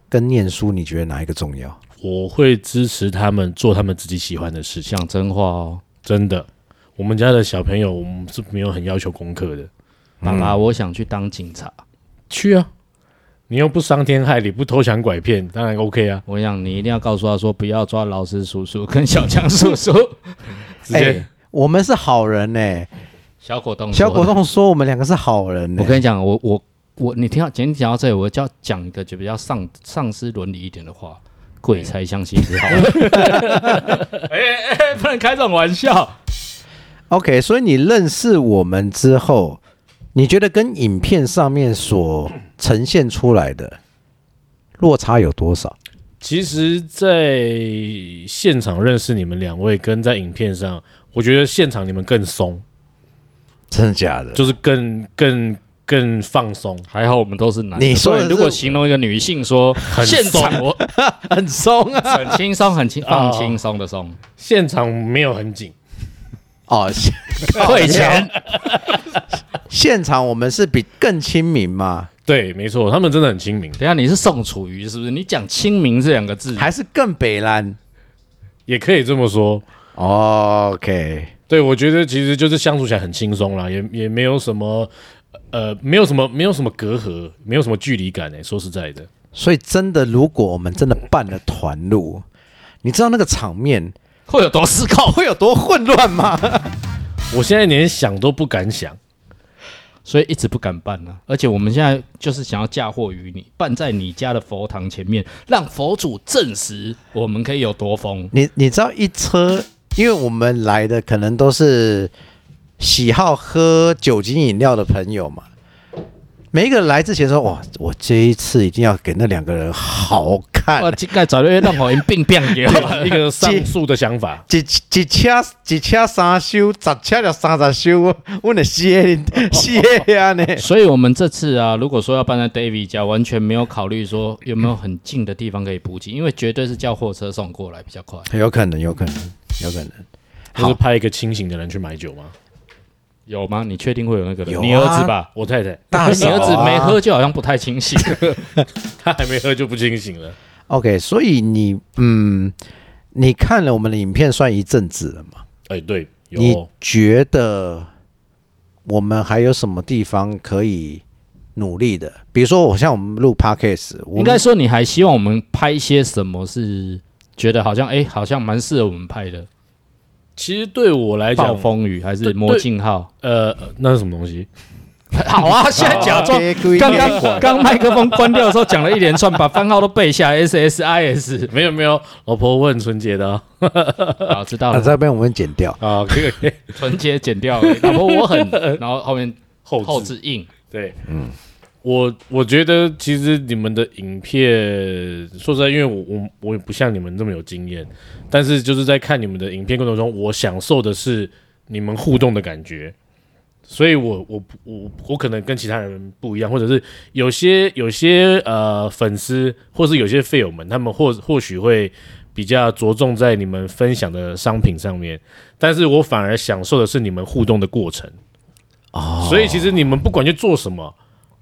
[SPEAKER 4] 跟念书，你觉得哪一个重要？
[SPEAKER 2] 我会支持他们做他们自己喜欢的事情，
[SPEAKER 5] 讲真话哦，
[SPEAKER 2] 真的。我们家的小朋友，我们是没有很要求功课的。
[SPEAKER 4] 嗯
[SPEAKER 5] 爸爸，我想去当警察。
[SPEAKER 2] 去啊，你又不伤天害理，不偷抢拐骗，当然 OK 啊。
[SPEAKER 5] 我想你一定要告诉他说，不要抓老师叔叔跟小强叔
[SPEAKER 4] <laughs>
[SPEAKER 5] 叔。
[SPEAKER 2] 直接、
[SPEAKER 4] 我们是好人呢、
[SPEAKER 5] 小果冻，
[SPEAKER 4] 小果。冻说我们两个是好人、
[SPEAKER 5] 嗯
[SPEAKER 4] 呢。
[SPEAKER 5] 我跟你讲，我我我，你听到，今天讲到这里，我就要讲一个就比较上上司伦理一点的话，鬼才相信是好
[SPEAKER 4] <laughs>
[SPEAKER 5] 的。 <laughs> 哎哎哎，不能开这种玩笑。
[SPEAKER 4] OK，所以你认识我们之后，你觉得跟影片上面所呈现出来的落差有多少？
[SPEAKER 2] 其实，在现场认识你们两位，跟在影片上，我觉得现场你们更松，
[SPEAKER 4] 真的假的？
[SPEAKER 2] 就是更更更放松。
[SPEAKER 5] 还好我们都是男的。
[SPEAKER 4] 你说的
[SPEAKER 5] 所以
[SPEAKER 4] 是
[SPEAKER 5] 如果形容一个女性说，现场我 <laughs>
[SPEAKER 4] 很松啊！
[SPEAKER 5] 很轻松，很轻放轻松的松，
[SPEAKER 2] 现场没有很紧，
[SPEAKER 4] <laughs> 哦，
[SPEAKER 5] 退钱。
[SPEAKER 4] <laughs> 现场我们是比更亲民嘛，
[SPEAKER 2] 对，没错，他们真的很亲民，
[SPEAKER 5] 等一下你是宋楚瑜是不是？你讲清明这两个字，
[SPEAKER 4] 还是更北兰
[SPEAKER 2] 也可以这么说。
[SPEAKER 4] ？OK，
[SPEAKER 2] 对，我觉得其实就是相处起来很轻松啦，也也没有什么，呃，没有什么没有什么隔阂，没有什么距离感诶、欸说实在的，
[SPEAKER 4] 所以真的，如果我们真的办了团录，你知道那个场面
[SPEAKER 5] 会有多失控？
[SPEAKER 4] <laughs> 会有多混乱吗？
[SPEAKER 2] 我现在连想都不敢 <laughs> 想。
[SPEAKER 5] 所以一直不敢办啊。而且我们现在就是想要嫁祸于你，办在你家的佛堂前面，让佛祖证实我们可以有多
[SPEAKER 4] <laughs>
[SPEAKER 5] 疯。
[SPEAKER 4] <laughs> 你你知道一车，因为我们来的可能都是喜好喝酒精饮料的朋友嘛。每一个人来之前说：“哇，我这一次一定要给那两个人好看
[SPEAKER 5] 哇，，这个早就让我们病病掉
[SPEAKER 4] <laughs>
[SPEAKER 5] 了。
[SPEAKER 2] 一个上述的想法，
[SPEAKER 4] 一一车一车三修，十车就三十修，我的谢谢啊呢。
[SPEAKER 5] <laughs> 所以，我们这次啊，如果说要搬在 David 家，完全没有考虑说有没有很近的地方可以补给，因为绝对是叫货车送过来比较快。
[SPEAKER 4] 有可能，有可能，有可能。
[SPEAKER 2] 就是
[SPEAKER 4] 好
[SPEAKER 2] 派一个清醒的人去买酒吗？
[SPEAKER 5] 有吗？你确定会有那个人？
[SPEAKER 4] 有啊
[SPEAKER 5] 你儿子吧？
[SPEAKER 2] 我太太
[SPEAKER 4] 大
[SPEAKER 5] <laughs> 你
[SPEAKER 4] 嫂啊
[SPEAKER 5] 儿子没喝就好像不太清 <laughs> 醒。
[SPEAKER 2] 她还没喝就不清醒了，
[SPEAKER 4] <laughs> OK，所以你嗯，你看了我们的影片算一阵子了嘛？
[SPEAKER 2] 哎，对，
[SPEAKER 4] 你
[SPEAKER 2] 有
[SPEAKER 4] 觉得我们还有什么地方可以努力的？比如说，我像我们录 Podcast，我们
[SPEAKER 5] 应该说你还希望我们拍一些什么是觉得好像哎、好像蛮适合我们拍的，
[SPEAKER 2] 其实对我来
[SPEAKER 5] 《暴
[SPEAKER 2] 讲，
[SPEAKER 5] 风雨》还
[SPEAKER 2] 对
[SPEAKER 5] 是《
[SPEAKER 2] 对
[SPEAKER 5] 魔镜号
[SPEAKER 2] 呃，那是什么东西？》？
[SPEAKER 5] 好啊，现在假装。 <laughs> 刚
[SPEAKER 4] 啊
[SPEAKER 5] 刚刚麦克风关掉的时候讲了一连串，把番号都背下来，S S I S。
[SPEAKER 2] 没有没有，老婆问春节的啊
[SPEAKER 5] 好，知道
[SPEAKER 4] 啊，
[SPEAKER 5] 了。
[SPEAKER 4] 这边我们剪掉。
[SPEAKER 2] 啊，可以可 <laughs> 以
[SPEAKER 5] <laughs> 纯洁剪掉了，老婆我 <laughs> 很，然后后面
[SPEAKER 2] 后
[SPEAKER 5] 后
[SPEAKER 2] 置
[SPEAKER 5] 置硬。
[SPEAKER 2] 对，嗯，我我觉得其实你们的影片，说实在，因为我我我也不像你们这么有经验，但是就是在看你们的影片过程中，我享受的是你们互动的感觉。所以我，我我我可能跟其他人不一样，或者是有些有些呃粉丝，或是有些费友们，他们或或许会比较着重在你们分享的商品上面，但是我反而享受的是你们互动的过程。所以其实你们不管去做什么，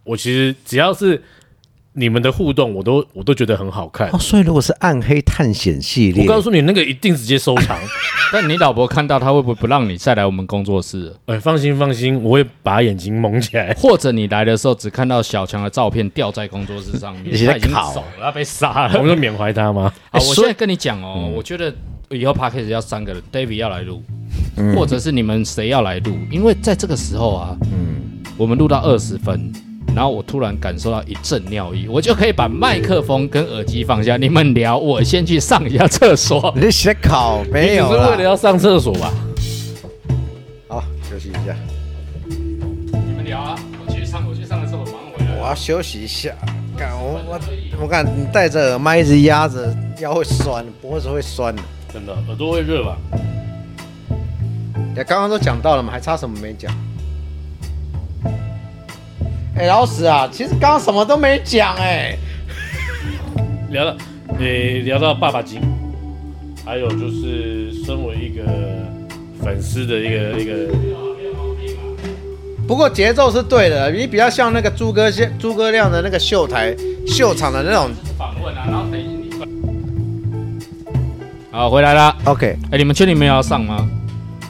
[SPEAKER 2] 我其实只要是你们的互动，我都我都觉得很好看
[SPEAKER 4] 哦，。所以如果是暗黑探险系
[SPEAKER 2] 我
[SPEAKER 4] 列，
[SPEAKER 2] 告诉你，那个一定直接收藏。
[SPEAKER 5] 但你老婆看到他会不会不让你再来我们工作室了？
[SPEAKER 2] 哎，放心放心，我会把眼睛蒙起 <laughs> 来。
[SPEAKER 5] 或者你来的时候只看到小强的照片掉在工作室上面，
[SPEAKER 4] 你现
[SPEAKER 5] 他
[SPEAKER 4] 在
[SPEAKER 5] 已经
[SPEAKER 4] 烤
[SPEAKER 5] 走了，他被杀
[SPEAKER 2] 我
[SPEAKER 5] 了。
[SPEAKER 2] 们就缅怀他吗？
[SPEAKER 5] 啊我
[SPEAKER 4] 所
[SPEAKER 5] 现
[SPEAKER 4] 以
[SPEAKER 5] 在跟你讲哦，
[SPEAKER 2] 嗯
[SPEAKER 5] 我觉得以后 p a c a s t 要三个人，David 要来录，
[SPEAKER 2] 嗯
[SPEAKER 5] 或者是你们谁要来录，因为在这个时候啊，
[SPEAKER 2] 嗯
[SPEAKER 5] 我们录到二十分。然后我突然感受到一阵尿意，我就可以把麦克风跟耳机放下，你们聊，我先去上一下厕所。
[SPEAKER 4] 你在写考没有
[SPEAKER 2] 只是为了
[SPEAKER 4] 啦？
[SPEAKER 2] 要上厕所吧？
[SPEAKER 4] 好，休息一下，
[SPEAKER 5] 你们聊啊，我去上，我去上个厕所，忙回来。
[SPEAKER 4] 我要休息一下。干我我我看你戴着耳麦一直压着，腰会酸，脖子会酸的。
[SPEAKER 2] 真的，耳朵会热吧？
[SPEAKER 4] 哎，刚刚都讲到了嘛，还差什么没讲？哎，老史啊，其实刚刚什么都没讲哎、
[SPEAKER 2] 聊到，你聊到爸爸经，还有就是身为一个粉丝的一个一个，
[SPEAKER 4] 不过节奏是对的，你比较像那个诸葛亮诸葛亮的那个秀台秀场的那种。
[SPEAKER 5] 访问啊，然后等你。好，回来啦。
[SPEAKER 4] OK，
[SPEAKER 5] 哎、你们确定没有要上吗？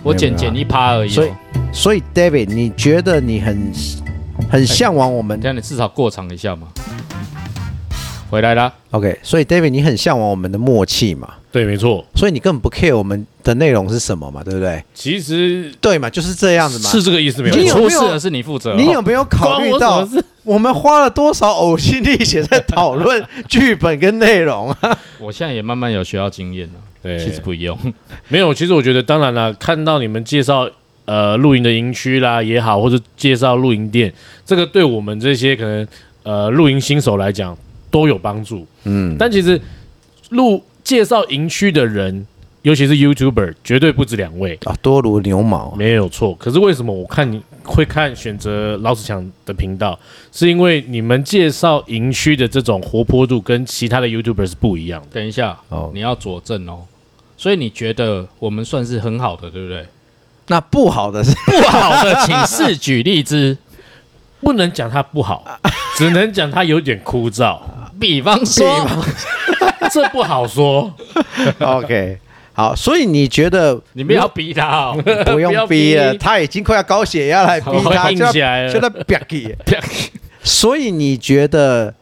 [SPEAKER 5] 我剪
[SPEAKER 4] 没有啊
[SPEAKER 5] 剪
[SPEAKER 4] 啦
[SPEAKER 5] 一趴而已、
[SPEAKER 4] 所以
[SPEAKER 5] 哦，
[SPEAKER 4] 所以 David，你觉得你很很向往我们
[SPEAKER 5] 等一下你至少过场一下嘛。回来啦，
[SPEAKER 4] OK，所以 David 你很向往我们的默契嘛，
[SPEAKER 2] 对，没错，
[SPEAKER 4] 所以你根本不 care 我们的内容是什么嘛，对不对？
[SPEAKER 2] 其实
[SPEAKER 4] 对嘛，就是这样子嘛。
[SPEAKER 2] 是这个意思没有
[SPEAKER 4] 你有
[SPEAKER 5] 出
[SPEAKER 2] 错。
[SPEAKER 4] 没有
[SPEAKER 5] 事的是你负责、哦。
[SPEAKER 4] 你有没有考虑
[SPEAKER 2] 关我
[SPEAKER 4] 到
[SPEAKER 2] 什么事
[SPEAKER 4] 我们花了多少呕心沥血在讨论剧本跟内容
[SPEAKER 2] <laughs>
[SPEAKER 4] 啊？
[SPEAKER 5] 我现在也慢慢有学到经验了。
[SPEAKER 2] 对
[SPEAKER 5] 其实不用，
[SPEAKER 2] 没有，其实我觉得，当然啦，看到你们介绍呃露营的营区啦也好，或者介绍露营店，这个对我们这些可能呃露营新手来讲都有帮助。
[SPEAKER 4] 嗯，
[SPEAKER 2] 但其实录介绍营区的人，尤其是 YouTuber，绝对不止两位，
[SPEAKER 4] 啊，多如牛毛。
[SPEAKER 2] 没有错。可是为什么我看你会看选择老子强的频道，是因为你们介绍营区的这种活泼度跟其他的 YouTuber 是不一样的。
[SPEAKER 5] 等一下，
[SPEAKER 4] 哦
[SPEAKER 5] 你要佐证哦。所以你觉得我们算是很好的，对不对？
[SPEAKER 4] 那不好
[SPEAKER 2] <laughs>
[SPEAKER 4] 的是，
[SPEAKER 5] 不好的，请试举例
[SPEAKER 4] <laughs>
[SPEAKER 5] 子。
[SPEAKER 2] 不能讲它不好，只能讲它有点枯燥。
[SPEAKER 5] 比方
[SPEAKER 4] 比
[SPEAKER 5] 说，
[SPEAKER 2] 这不好说。
[SPEAKER 4] OK，好，所以你觉得
[SPEAKER 5] 你们要逼他哦。<laughs>
[SPEAKER 4] 不
[SPEAKER 2] 不要
[SPEAKER 4] 用
[SPEAKER 2] 逼
[SPEAKER 4] 逼了，他已经快要高血压来逼
[SPEAKER 2] 我
[SPEAKER 4] 他，
[SPEAKER 2] 硬
[SPEAKER 4] 就
[SPEAKER 2] 起来
[SPEAKER 4] 要
[SPEAKER 2] 了
[SPEAKER 4] 就
[SPEAKER 2] <laughs>
[SPEAKER 4] 在逼气。所以你觉得，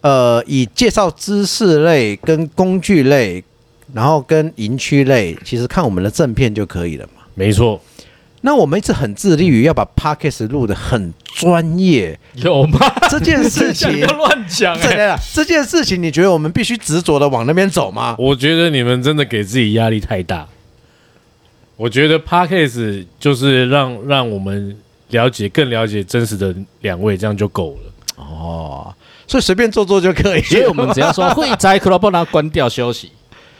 [SPEAKER 4] 呃，以介绍知识类、跟工具类，然后跟营区类，其实看我们的正片就可以了嘛？
[SPEAKER 2] 没错，
[SPEAKER 4] 那我们一直很致力于要把 podcast 录得很专业
[SPEAKER 5] 有
[SPEAKER 4] <laughs>
[SPEAKER 5] 吗？
[SPEAKER 4] 这件事
[SPEAKER 5] 你
[SPEAKER 4] 情
[SPEAKER 5] 不要。乱讲
[SPEAKER 4] <laughs> 真
[SPEAKER 5] 哎、
[SPEAKER 4] 的啦，啊这件事情你觉得我们必须执着的往那边走吗？
[SPEAKER 2] 我觉得你们真的给自己压力太大。我觉得 p a c k a s e 就是让让我们了解更了解真实的两位，这样就够了。
[SPEAKER 4] 哦，所以随便做做就可
[SPEAKER 5] <laughs>
[SPEAKER 4] 以。
[SPEAKER 5] 所以我们只要说会摘 club，把它关掉休息。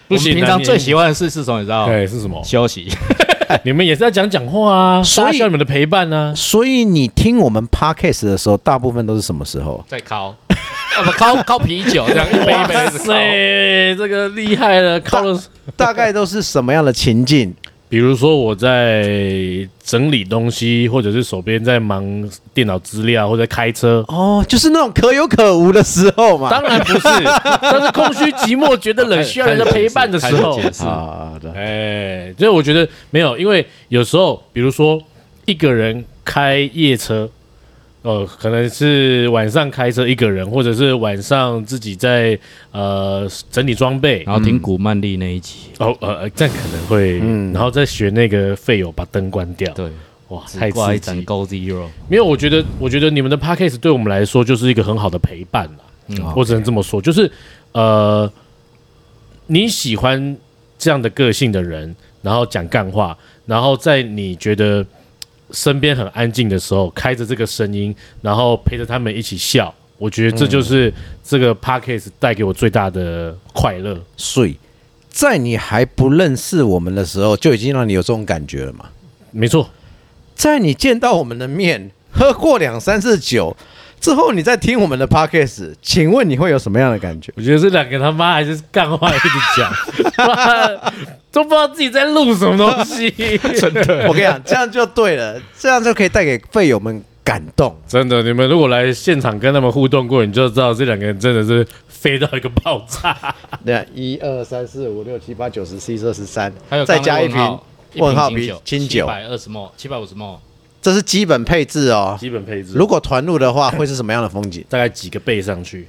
[SPEAKER 2] 不行啊
[SPEAKER 5] 我们平常
[SPEAKER 2] 你
[SPEAKER 5] 最喜欢的事是什么？你知道吗？
[SPEAKER 2] 对，是什么？
[SPEAKER 5] 休息。
[SPEAKER 2] 哦哎你们也是要讲讲话啊，
[SPEAKER 4] 所以
[SPEAKER 2] 大家需要你们的陪伴
[SPEAKER 4] <laughs>
[SPEAKER 2] 啊。
[SPEAKER 4] 所以你听我们 podcast 的时候，大部分都是什么时候？
[SPEAKER 5] 在 <laughs> 烤，我们呃烤烤啤酒，这样 <laughs> 一杯一杯的烤。
[SPEAKER 2] 塞，这个厉害了，靠了
[SPEAKER 4] 大概都是什么样的情境？
[SPEAKER 2] 比如说我在整理东西，或者是手边在忙电脑资料，或者开车。
[SPEAKER 4] 哦，就是那种可有可无的时候嘛。
[SPEAKER 2] 当然
[SPEAKER 5] <laughs>
[SPEAKER 2] 不是，但是空虚寂寞、觉得冷、需要人的陪伴的时候
[SPEAKER 5] 开始，解释
[SPEAKER 4] 啊的，
[SPEAKER 2] 哎，所以我觉得没有，因为有时候，比如说一个人开夜车，哦，可能是晚上开车一个人，或者是晚上自己在呃整理装备，
[SPEAKER 5] 然后听古曼丽那一集，
[SPEAKER 2] 哦呃呃这样可能会，
[SPEAKER 4] 嗯
[SPEAKER 2] 然后再学那个费友把灯关掉，
[SPEAKER 5] 对，
[SPEAKER 2] 哇，
[SPEAKER 5] 只
[SPEAKER 2] 嗯太
[SPEAKER 5] 挂一
[SPEAKER 2] 刺
[SPEAKER 5] 盏
[SPEAKER 2] 激。
[SPEAKER 5] Go Zero，
[SPEAKER 2] 没有，我觉得，我觉得你们的 podcast 对我们来说就是一个很好的陪伴啦。我只能这么说，就是呃，你喜欢这样的个性的人，然后讲干话，然后在你觉得身边很安静的时候，开着这个声音，然后陪着他们一起笑，我觉得这就是这个 podcast 带给我最大的快乐。
[SPEAKER 4] 水在你还不认识我们的时候，就已经让你有这种感觉了嘛。
[SPEAKER 2] 没错，
[SPEAKER 4] 在你见到我们的面，喝过两三次酒之后，你再听我们的 podcast，请问你会有什么样的
[SPEAKER 2] <laughs>
[SPEAKER 4] 感觉？
[SPEAKER 2] 我觉得这两个他妈还是干话一直讲， <laughs> 妈都不知道自己在录什么东西， <laughs> 真的。
[SPEAKER 4] 我跟你讲，这样就对了，这样就可以带给队友们感动。
[SPEAKER 2] 真的，你们如果来现场跟他们互动过，你就知道这两个人真的是飞到一个爆炸。
[SPEAKER 4] 对啊，一二三四五六七八九十十一十二十三
[SPEAKER 5] 还有，
[SPEAKER 4] 再
[SPEAKER 5] 刚刚
[SPEAKER 4] 加一
[SPEAKER 5] 问
[SPEAKER 4] 瓶
[SPEAKER 5] 号
[SPEAKER 4] 问号
[SPEAKER 5] 一瓶
[SPEAKER 4] 啤清酒
[SPEAKER 5] 七，百二十 ml，七百五十 ml，
[SPEAKER 4] 这是基本配置哦。
[SPEAKER 2] <laughs> 基本配置，
[SPEAKER 4] 如果团入的话，会是什么样的风景？
[SPEAKER 2] 大概几个倍上去，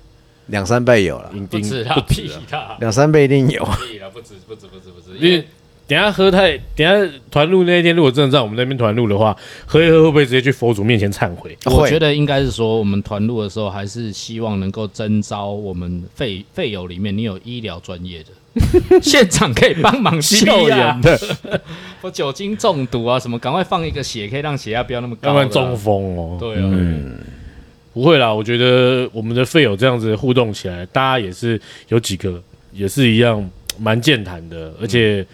[SPEAKER 4] 两三倍有了，
[SPEAKER 2] 一
[SPEAKER 5] 不
[SPEAKER 2] 定
[SPEAKER 5] 止啦，
[SPEAKER 2] 不止
[SPEAKER 5] 屁 <laughs>
[SPEAKER 2] 啊
[SPEAKER 5] 啦，
[SPEAKER 4] 两三倍一定有。
[SPEAKER 5] 屁啦，不止，不止，不止，不止，
[SPEAKER 2] 因
[SPEAKER 5] 因
[SPEAKER 2] 为
[SPEAKER 5] 为
[SPEAKER 2] 等一下喝太，等一下团录那一天，如果真的在我们那边团录的话，喝一喝会不会直接去佛祖面前忏悔？
[SPEAKER 5] 我觉
[SPEAKER 4] 得
[SPEAKER 5] 得应该是说，我们团入的时候，还是希望能够征招我们费费友里面，你有医疗专 <laughs> 业的，现场可以帮 <laughs> 忙救人的。啊 <laughs> 我酒精中毒啊，什么，赶快放一个血，可以让血压不要那么高啦。
[SPEAKER 2] 要不然中风哦。
[SPEAKER 5] 对啊，
[SPEAKER 2] 不会啦，我觉得我们的费友这样子互动起来，大家也是有几个也是一样蛮健谈的，而且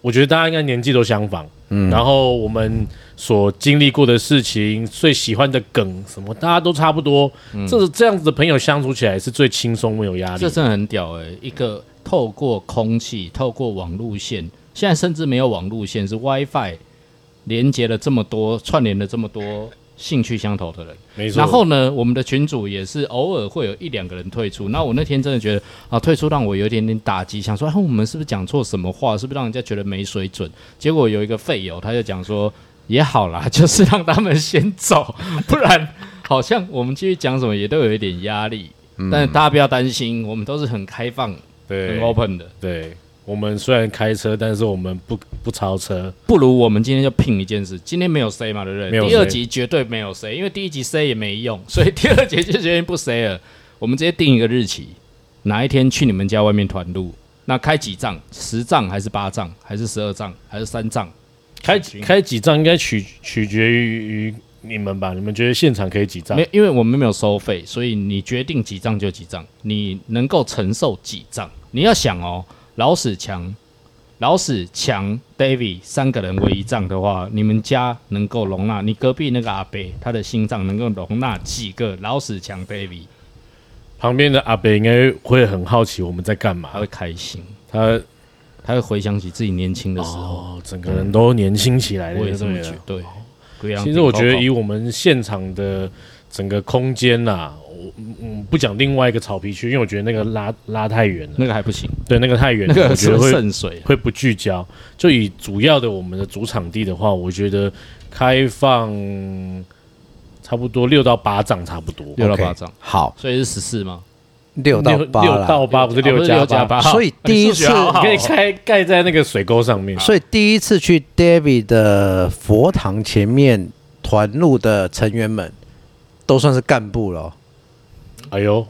[SPEAKER 2] 我觉得大家应该年纪都相仿，嗯，然后我们所经历过的事情、最喜欢的梗什么，大家都差不多，这这样子的朋友相处起来是最轻松、没有压力
[SPEAKER 5] 这。真的很屌哎、一个透过空气，透过网路线，现在甚至没有网路线，是 WiFi 连接了这么多，串联了这么多兴趣相投的人。
[SPEAKER 2] 没错，
[SPEAKER 5] 然后呢，我们的群主也是偶尔会有一两个人退出。那我那天真的觉得啊，退出让我有一点点打击，想说、啊、我们是不是讲错什么话，是不是让人家觉得没水准？结果有一个废友他就讲说，也好啦，就是让他们先走， <laughs> 不然好像我们继续讲什么也都有一点压力。但是大家不要担心，我们都是很开放、
[SPEAKER 2] 对
[SPEAKER 5] 很 open 的。
[SPEAKER 2] 对，我们虽然开车，但是我们不不超车，
[SPEAKER 5] 不如我们今天就拼一件事，今天没有 C 嘛，对不
[SPEAKER 2] 没
[SPEAKER 5] 对？
[SPEAKER 2] 有
[SPEAKER 5] 第二
[SPEAKER 2] say
[SPEAKER 5] 集绝对没有 C，因为第一集 C 也没用，所以第二集就决定不 C 了。我们直接定一个日期，哪一天去你们家外面团录？那开几仗？十仗还是八仗？还是十二仗？还是三仗？
[SPEAKER 2] 开
[SPEAKER 5] 行
[SPEAKER 2] 开几仗应该取取决于于你们吧？你们觉得现场可以几仗
[SPEAKER 5] 没？有，因为我们没有收费，所以你决定几仗就几仗，你能够承受几仗？你要想哦，老史强、老史强、David 三个人为一仗的话，你们家能够容纳你隔壁那个阿伯他的心脏能够容纳几个老史强 David，
[SPEAKER 2] 旁边的阿北应该会很好奇我们在干
[SPEAKER 5] 他
[SPEAKER 2] 嘛，
[SPEAKER 5] 会开心，
[SPEAKER 2] 他
[SPEAKER 5] 他会回想起自己年轻的时候，
[SPEAKER 2] 哦，整个人都年轻起来了，
[SPEAKER 5] 我也
[SPEAKER 2] 对不
[SPEAKER 5] 这么觉
[SPEAKER 2] 对哦
[SPEAKER 5] 得。对，不一样
[SPEAKER 2] 其实我觉得
[SPEAKER 5] 顶
[SPEAKER 2] 以
[SPEAKER 5] 高
[SPEAKER 2] 我们现场的整个空间呐、我嗯不讲另外一个草皮区，因为我觉得那个拉拉太远
[SPEAKER 5] 高
[SPEAKER 2] 了，
[SPEAKER 5] 那个还不行，
[SPEAKER 2] 对，那个太远
[SPEAKER 5] <laughs> 那
[SPEAKER 2] 了，我
[SPEAKER 5] 个
[SPEAKER 2] 觉
[SPEAKER 5] 是
[SPEAKER 2] 得会
[SPEAKER 5] 渗水。啊
[SPEAKER 2] 会不聚焦。就以主要的我们的主场地的话，我觉得开放差不多六到八丈差不多，
[SPEAKER 5] 六到八仗，
[SPEAKER 4] 好，
[SPEAKER 5] 所以是十四吗？
[SPEAKER 4] 六到八
[SPEAKER 2] 六
[SPEAKER 4] 啦
[SPEAKER 2] 到八不是
[SPEAKER 5] 哦不
[SPEAKER 2] 六
[SPEAKER 5] 是
[SPEAKER 2] 加
[SPEAKER 5] 六加
[SPEAKER 2] 八，
[SPEAKER 5] 八
[SPEAKER 4] 所以第一
[SPEAKER 5] 数学
[SPEAKER 4] 次，
[SPEAKER 5] 好好哦
[SPEAKER 2] 你可以盖盖在那个水沟上面。啊
[SPEAKER 4] 所以第一次去 David 的佛堂前面团入的成员们，都算是干部了哦。
[SPEAKER 2] 哎呦，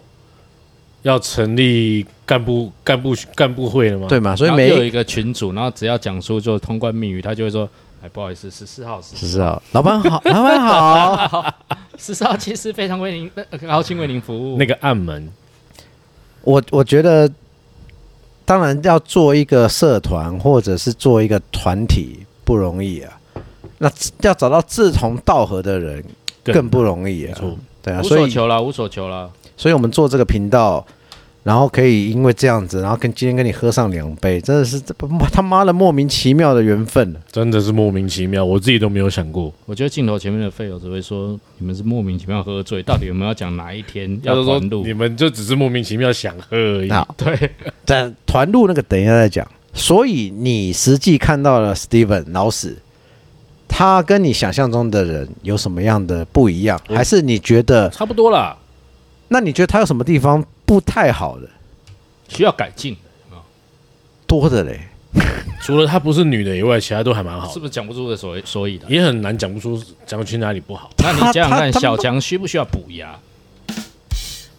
[SPEAKER 2] 要成立干部干部干部会了吗？
[SPEAKER 4] 对，嘛？所以
[SPEAKER 5] 然后
[SPEAKER 4] 每
[SPEAKER 5] 又有
[SPEAKER 4] 一
[SPEAKER 5] 一个群主，然后只要讲出就通关密语，他就会说：“哎，不好意思，十四号是
[SPEAKER 4] 十四号，老板好， <laughs> 老板好，
[SPEAKER 5] 十四号，其实非常为您呃高兴为您服务。”
[SPEAKER 2] 那个暗门
[SPEAKER 4] 我我觉得，当然要做一个社团或者是做一个团体不容易啊。那要找到志同道合的人更不容易
[SPEAKER 2] 没
[SPEAKER 4] 啊。
[SPEAKER 2] 错。
[SPEAKER 4] 对啊，
[SPEAKER 5] 无
[SPEAKER 4] 所
[SPEAKER 5] 所
[SPEAKER 4] 以
[SPEAKER 5] 求啦，无所求啦。
[SPEAKER 4] 所以我们做这个频道，然后可以因为这样子，然后跟今天跟你喝上两杯，真的是这不他妈的莫名其妙的缘分。
[SPEAKER 2] 真的是莫名其妙，我自己都没有想过。
[SPEAKER 5] 我觉得镜头前面的废友只会说你们是莫名其妙喝醉，到底有没有要讲哪一天
[SPEAKER 2] 他
[SPEAKER 5] 要
[SPEAKER 2] 就说
[SPEAKER 5] 还路
[SPEAKER 2] 你？们就只是莫名其妙想喝而已。
[SPEAKER 4] 好
[SPEAKER 5] 对，
[SPEAKER 4] 但团路那个等一下再讲。所以你实际看到了 Steven 老史，他跟你想象中的人有什么样的不一样？
[SPEAKER 5] 嗯
[SPEAKER 4] 还是你觉得？
[SPEAKER 2] 差不多啦，
[SPEAKER 4] 那你觉得他有什么地方不太好的？
[SPEAKER 5] 需要改进，
[SPEAKER 4] 多的嘞。
[SPEAKER 2] 除了她不是女的以外，其他都还蛮好
[SPEAKER 5] 是
[SPEAKER 2] 的，
[SPEAKER 5] 不是讲不出的所以所以的？
[SPEAKER 2] 也很难讲不出讲不出哪里不好。
[SPEAKER 5] 那你想想看，
[SPEAKER 4] 他他
[SPEAKER 5] 小强需不需要补牙？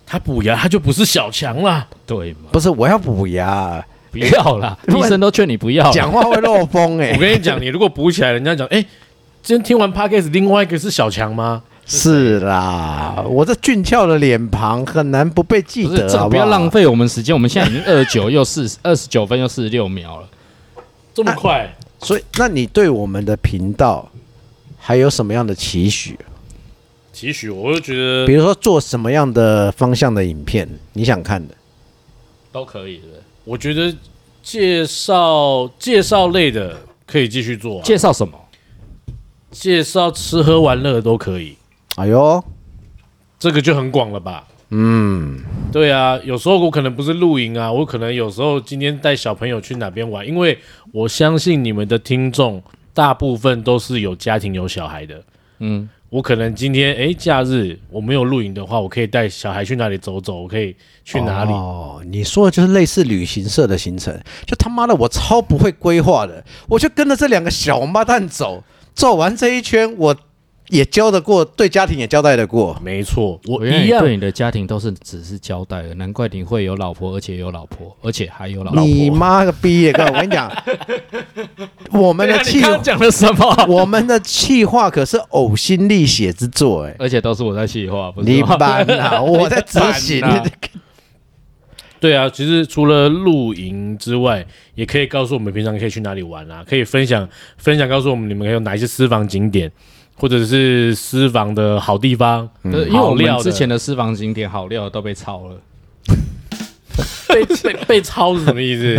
[SPEAKER 2] 她补牙，她就不是小强啦。
[SPEAKER 5] 对吗？
[SPEAKER 4] 不是，我要补牙，
[SPEAKER 5] 不要
[SPEAKER 4] <laughs>
[SPEAKER 5] 啦，
[SPEAKER 4] 如
[SPEAKER 5] 医
[SPEAKER 4] 果
[SPEAKER 5] 生都劝你不要啦。
[SPEAKER 4] 哎讲话会漏风
[SPEAKER 5] <laughs>
[SPEAKER 4] 哎、
[SPEAKER 2] 我跟你讲，你如果补起来，人家讲，哎、今天听完 podcast，另外一个是小强吗？
[SPEAKER 4] 是啦，我这俊俏的脸庞很难不被记
[SPEAKER 5] 不是
[SPEAKER 4] 得，
[SPEAKER 5] 这
[SPEAKER 4] 好
[SPEAKER 5] 个
[SPEAKER 4] 好
[SPEAKER 5] 不要浪。费我们时间，我们现在已经二九又四二十九分又四十六秒了。
[SPEAKER 2] 这
[SPEAKER 4] 啊
[SPEAKER 2] 么快？
[SPEAKER 4] 所以，那你对我们的频道还有什么样的期许？
[SPEAKER 2] 期许我就觉得
[SPEAKER 4] 比如说做什么样的方向的影片，你想看的？
[SPEAKER 5] 都可以的。
[SPEAKER 2] 我觉得介绍介绍类的可以继续做、啊，介
[SPEAKER 5] 介绍什么？
[SPEAKER 2] 介绍吃喝玩乐都可以，
[SPEAKER 4] 哎呦，
[SPEAKER 2] 这个就很广了吧？
[SPEAKER 4] 嗯，
[SPEAKER 2] 对啊，有时候我可能不是露营啊，我可能有时候今天带小朋友去哪边玩，因为我相信你们的听众大部分都是有家庭有小孩的。
[SPEAKER 5] 嗯，
[SPEAKER 2] 我可能今天诶假日我没有露营的话，我可以带小孩去哪里走走，我可以去哪里？
[SPEAKER 4] 哦，你说的就是类似旅行社的行程，就他妈的我超不会规划的，我就跟着这两个小王八蛋走，走完这一圈，我也交得过，对家庭也交代得过。
[SPEAKER 2] 没错，我
[SPEAKER 5] 原来
[SPEAKER 2] 一
[SPEAKER 5] 你
[SPEAKER 2] 样
[SPEAKER 5] 对你的家庭都是只是交代的，难怪你会有老婆，而且有老婆，而且还有老
[SPEAKER 4] 你
[SPEAKER 5] 婆。
[SPEAKER 4] 妈个逼耶！哥，我跟你讲，
[SPEAKER 2] <laughs>
[SPEAKER 4] 我们的气，
[SPEAKER 2] 啊
[SPEAKER 5] 讲了什么？
[SPEAKER 4] 我们的气话可是呕心沥血之作哎。
[SPEAKER 5] 而且都是我在计划，不是
[SPEAKER 4] 你
[SPEAKER 5] 吗
[SPEAKER 4] 搬
[SPEAKER 2] <laughs>
[SPEAKER 4] 啊！我在执行
[SPEAKER 2] 你，搬啊对啊，其实除了露营之外，也可以告诉我们平常可以去哪里玩啊，可以分享分享，告诉我们你们有哪一些私房景点，或者是私房的好地方。
[SPEAKER 4] 嗯
[SPEAKER 5] 对因为我
[SPEAKER 2] 好料
[SPEAKER 5] 们
[SPEAKER 2] 的
[SPEAKER 5] 之前的私房景点好料都被抄了。
[SPEAKER 2] 被被被抄是什么意
[SPEAKER 4] <laughs>
[SPEAKER 2] 思？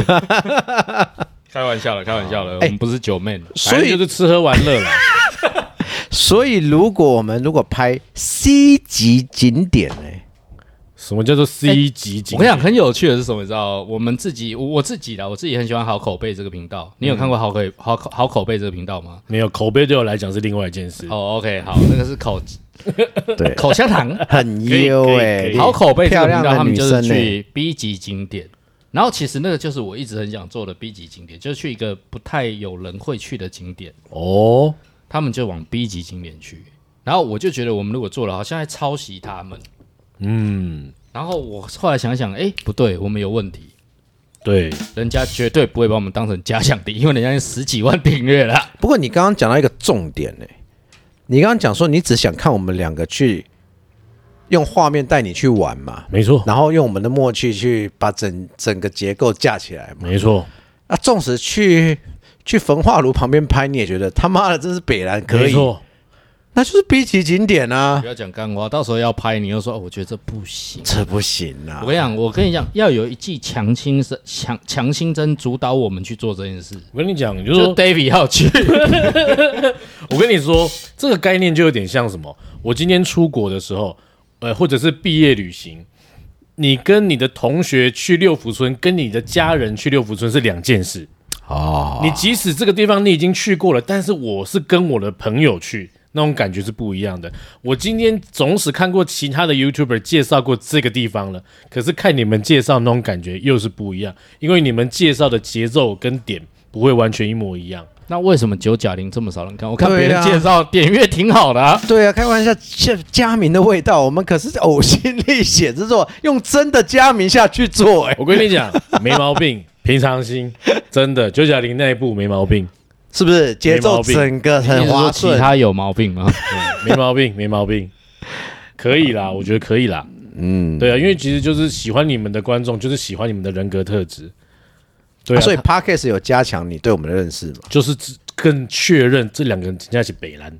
[SPEAKER 5] 开玩笑了，开玩笑了，我
[SPEAKER 4] 哎
[SPEAKER 5] 们不是九妹了。
[SPEAKER 4] 所
[SPEAKER 2] 反正
[SPEAKER 4] 以
[SPEAKER 2] 就是吃喝玩乐啦。
[SPEAKER 4] 所以如果我们如果拍 C 级景点呢、
[SPEAKER 2] 什么叫做 C 级
[SPEAKER 5] 哎
[SPEAKER 2] 景
[SPEAKER 5] 我跟你
[SPEAKER 2] 点？
[SPEAKER 5] 讲，很有趣的是什么？你知道，我们自己，我我自己啦，我自己很喜欢好口碑这个频道。你有
[SPEAKER 4] 嗯
[SPEAKER 5] 看过好口好口好口碑这个频道吗？
[SPEAKER 2] 没有口碑对我来讲是另外一件事。
[SPEAKER 5] 哦，OK，好，那个是口，
[SPEAKER 4] <laughs> 对
[SPEAKER 5] 口香糖。
[SPEAKER 4] 很优
[SPEAKER 2] 可以
[SPEAKER 4] 哎、
[SPEAKER 2] 可以
[SPEAKER 5] 好口碑这
[SPEAKER 4] 漂
[SPEAKER 5] 个频
[SPEAKER 4] 亮
[SPEAKER 5] 道，
[SPEAKER 4] 的
[SPEAKER 5] 他们
[SPEAKER 4] 女
[SPEAKER 5] 就是
[SPEAKER 4] 生欸呢、
[SPEAKER 5] 去 B 级景点。然后其实那个就是我一直很想做的 B 级景点，就是去一个不太有人会去的景点，
[SPEAKER 2] 哦，
[SPEAKER 5] 他们就往 B 级景点去。然后我就觉得我们如果做了，好像在抄袭他们。
[SPEAKER 2] 嗯，
[SPEAKER 5] 然后我后来想想，哎，不对，我们有问题，
[SPEAKER 2] 对，
[SPEAKER 5] 人家绝对不会把我们当成假想敌，因为人家有十几万订阅了。
[SPEAKER 4] 不过你刚刚讲到一个重点呢、你刚刚讲说你只想看我们两个去用画面带你去玩嘛，
[SPEAKER 2] 没错，
[SPEAKER 4] 然后用我们的默契去把整整个结构架起来嘛。
[SPEAKER 2] 没错，
[SPEAKER 4] 啊，纵使去去焚化炉旁边拍，你也觉得他妈的真是北然可
[SPEAKER 2] 没
[SPEAKER 4] 以，
[SPEAKER 2] 错，
[SPEAKER 4] 那就是 B 级景点啊
[SPEAKER 5] 不，要讲干话，到时候要拍，你又说、哦我觉得这不行。
[SPEAKER 4] 这不行啊
[SPEAKER 5] 我。跟你讲，我跟你讲，要有一剂强心针，强强心针主导我们去做这件事。
[SPEAKER 2] 我跟你讲，就是
[SPEAKER 5] 就
[SPEAKER 2] 说
[SPEAKER 5] David 要去，
[SPEAKER 2] 我跟你说，这个概念就有点像什么？我今天出国的时候，呃，或者是毕业旅行，你跟你的同学去六福村，跟你的家人去六福村是两件事。
[SPEAKER 4] 哦，
[SPEAKER 2] 你即使这个地方你已经去过了，但是我是跟我的朋友去，那种感觉是不一样的。我今天总是看过其他的 YouTuber 介绍过这个地方了，可是看你们介绍那种感觉又是不一样，因为你们介绍的节奏跟点不会完全一模一样。
[SPEAKER 5] <laughs> 那为什么九甲零这么少人看？我看
[SPEAKER 4] 对
[SPEAKER 5] 别
[SPEAKER 4] 啊
[SPEAKER 5] 人介绍点阅挺好的、啊，
[SPEAKER 4] 对啊，开玩笑，这佳明的味道，我们可是呕心沥血之作，用真的佳明下去做、哎，
[SPEAKER 2] <laughs> 我跟你讲，没毛病，平常心，真的九九零那一部没毛病，
[SPEAKER 4] 是不是？节
[SPEAKER 2] 没
[SPEAKER 4] 奏
[SPEAKER 2] 毛病
[SPEAKER 4] 整个很
[SPEAKER 5] 你
[SPEAKER 4] 滑
[SPEAKER 5] 是说其
[SPEAKER 4] 顺。
[SPEAKER 5] 他有毛病吗？
[SPEAKER 2] 没毛病，没毛病， <laughs> 可以啦，我觉得可以啦。嗯，对啊，因为其实就是喜欢你们的观众，就是喜欢你们的人格特质。对啊，
[SPEAKER 4] 所以 Podcast 有加强你对我们的认识嘛？
[SPEAKER 2] 就是只更确认这两个人真的是北
[SPEAKER 4] <laughs>
[SPEAKER 2] 兰，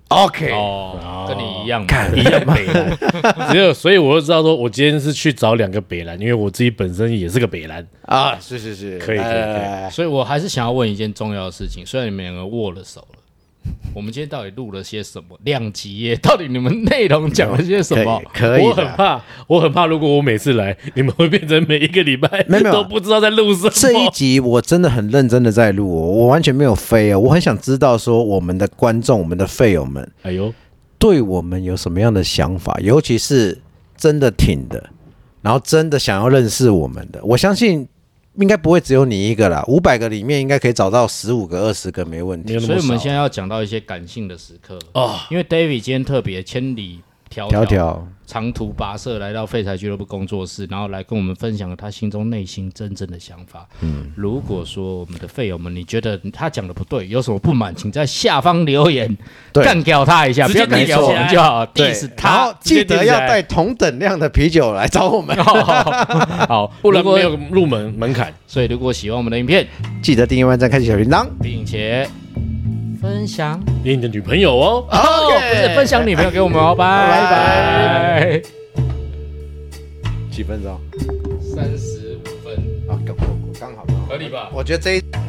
[SPEAKER 5] <laughs>
[SPEAKER 4] OK，
[SPEAKER 5] 哦，跟你一样嘛，
[SPEAKER 2] 一样北兰，只有所以我就知道说，我今天是去找两个北兰，因为我自己本身也是个北兰，
[SPEAKER 4] 啊，是是是，哎
[SPEAKER 2] 可以
[SPEAKER 4] 来
[SPEAKER 2] 可以
[SPEAKER 4] 来
[SPEAKER 2] 可以
[SPEAKER 4] 来来
[SPEAKER 5] 所以我还是想要问一件重要的事情，虽然你们两个握了手了，我们今天到底录了些什么？量级耶， <laughs> 到底你们内容讲了些什么？
[SPEAKER 4] 可以
[SPEAKER 2] 我
[SPEAKER 4] 的
[SPEAKER 2] 很怕，我很怕，如果我每次来，你们会变成每一个礼拜
[SPEAKER 4] 没有没有
[SPEAKER 2] 都不知道在录什么。
[SPEAKER 4] 这一集我真的很认真的在录、哦，我完全没有飞哦，我很想知道说我们的观众、我们的费友们
[SPEAKER 2] 哎呦，
[SPEAKER 4] 对我们有什么样的想法，尤其是真的挺的，然后真的想要认识我们的，我相信应该不会只有你一个啦，五百个里面应该可以找到十五个、二十个没问
[SPEAKER 2] 没
[SPEAKER 4] 题
[SPEAKER 2] 有。那
[SPEAKER 5] 所以
[SPEAKER 2] 么
[SPEAKER 5] 我们
[SPEAKER 2] 少
[SPEAKER 5] 现在要讲到一些感性的时刻
[SPEAKER 2] 哦
[SPEAKER 5] 因为 David 今天特别千里迢
[SPEAKER 4] 条
[SPEAKER 5] 迢
[SPEAKER 4] 条，
[SPEAKER 5] 长途跋涉来到废柴俱乐部工作室，然后来跟我们分享他心中内心真正的想法。嗯，如果说我们的费友们，你觉得他讲的不对，有什么不满，请在下方留言，
[SPEAKER 4] 对
[SPEAKER 5] 干掉他一下，
[SPEAKER 2] 直
[SPEAKER 5] 不
[SPEAKER 2] 接
[SPEAKER 5] 要干掉我们就好
[SPEAKER 4] 对
[SPEAKER 5] ，diss，
[SPEAKER 4] 然
[SPEAKER 5] 他。
[SPEAKER 4] 后记
[SPEAKER 2] 直接
[SPEAKER 4] 得
[SPEAKER 2] diss
[SPEAKER 4] 要
[SPEAKER 2] 来
[SPEAKER 4] 带同等量的啤酒来找
[SPEAKER 5] <laughs>
[SPEAKER 4] 我们，
[SPEAKER 5] 好，
[SPEAKER 2] 不然
[SPEAKER 5] 如果
[SPEAKER 2] 没有入门门槛。
[SPEAKER 5] 所以如果喜欢我们的影片，
[SPEAKER 4] 记得订阅、万赞、开启小铃铛。
[SPEAKER 5] 并且分享
[SPEAKER 2] 给你的女朋友哦。
[SPEAKER 5] 哦，不是分享女朋友给我们哦，拜拜拜，
[SPEAKER 4] 几分钟？
[SPEAKER 5] 三十五分，
[SPEAKER 4] 啊，刚刚好刚好。
[SPEAKER 5] 合理吧？
[SPEAKER 4] 我觉得这一。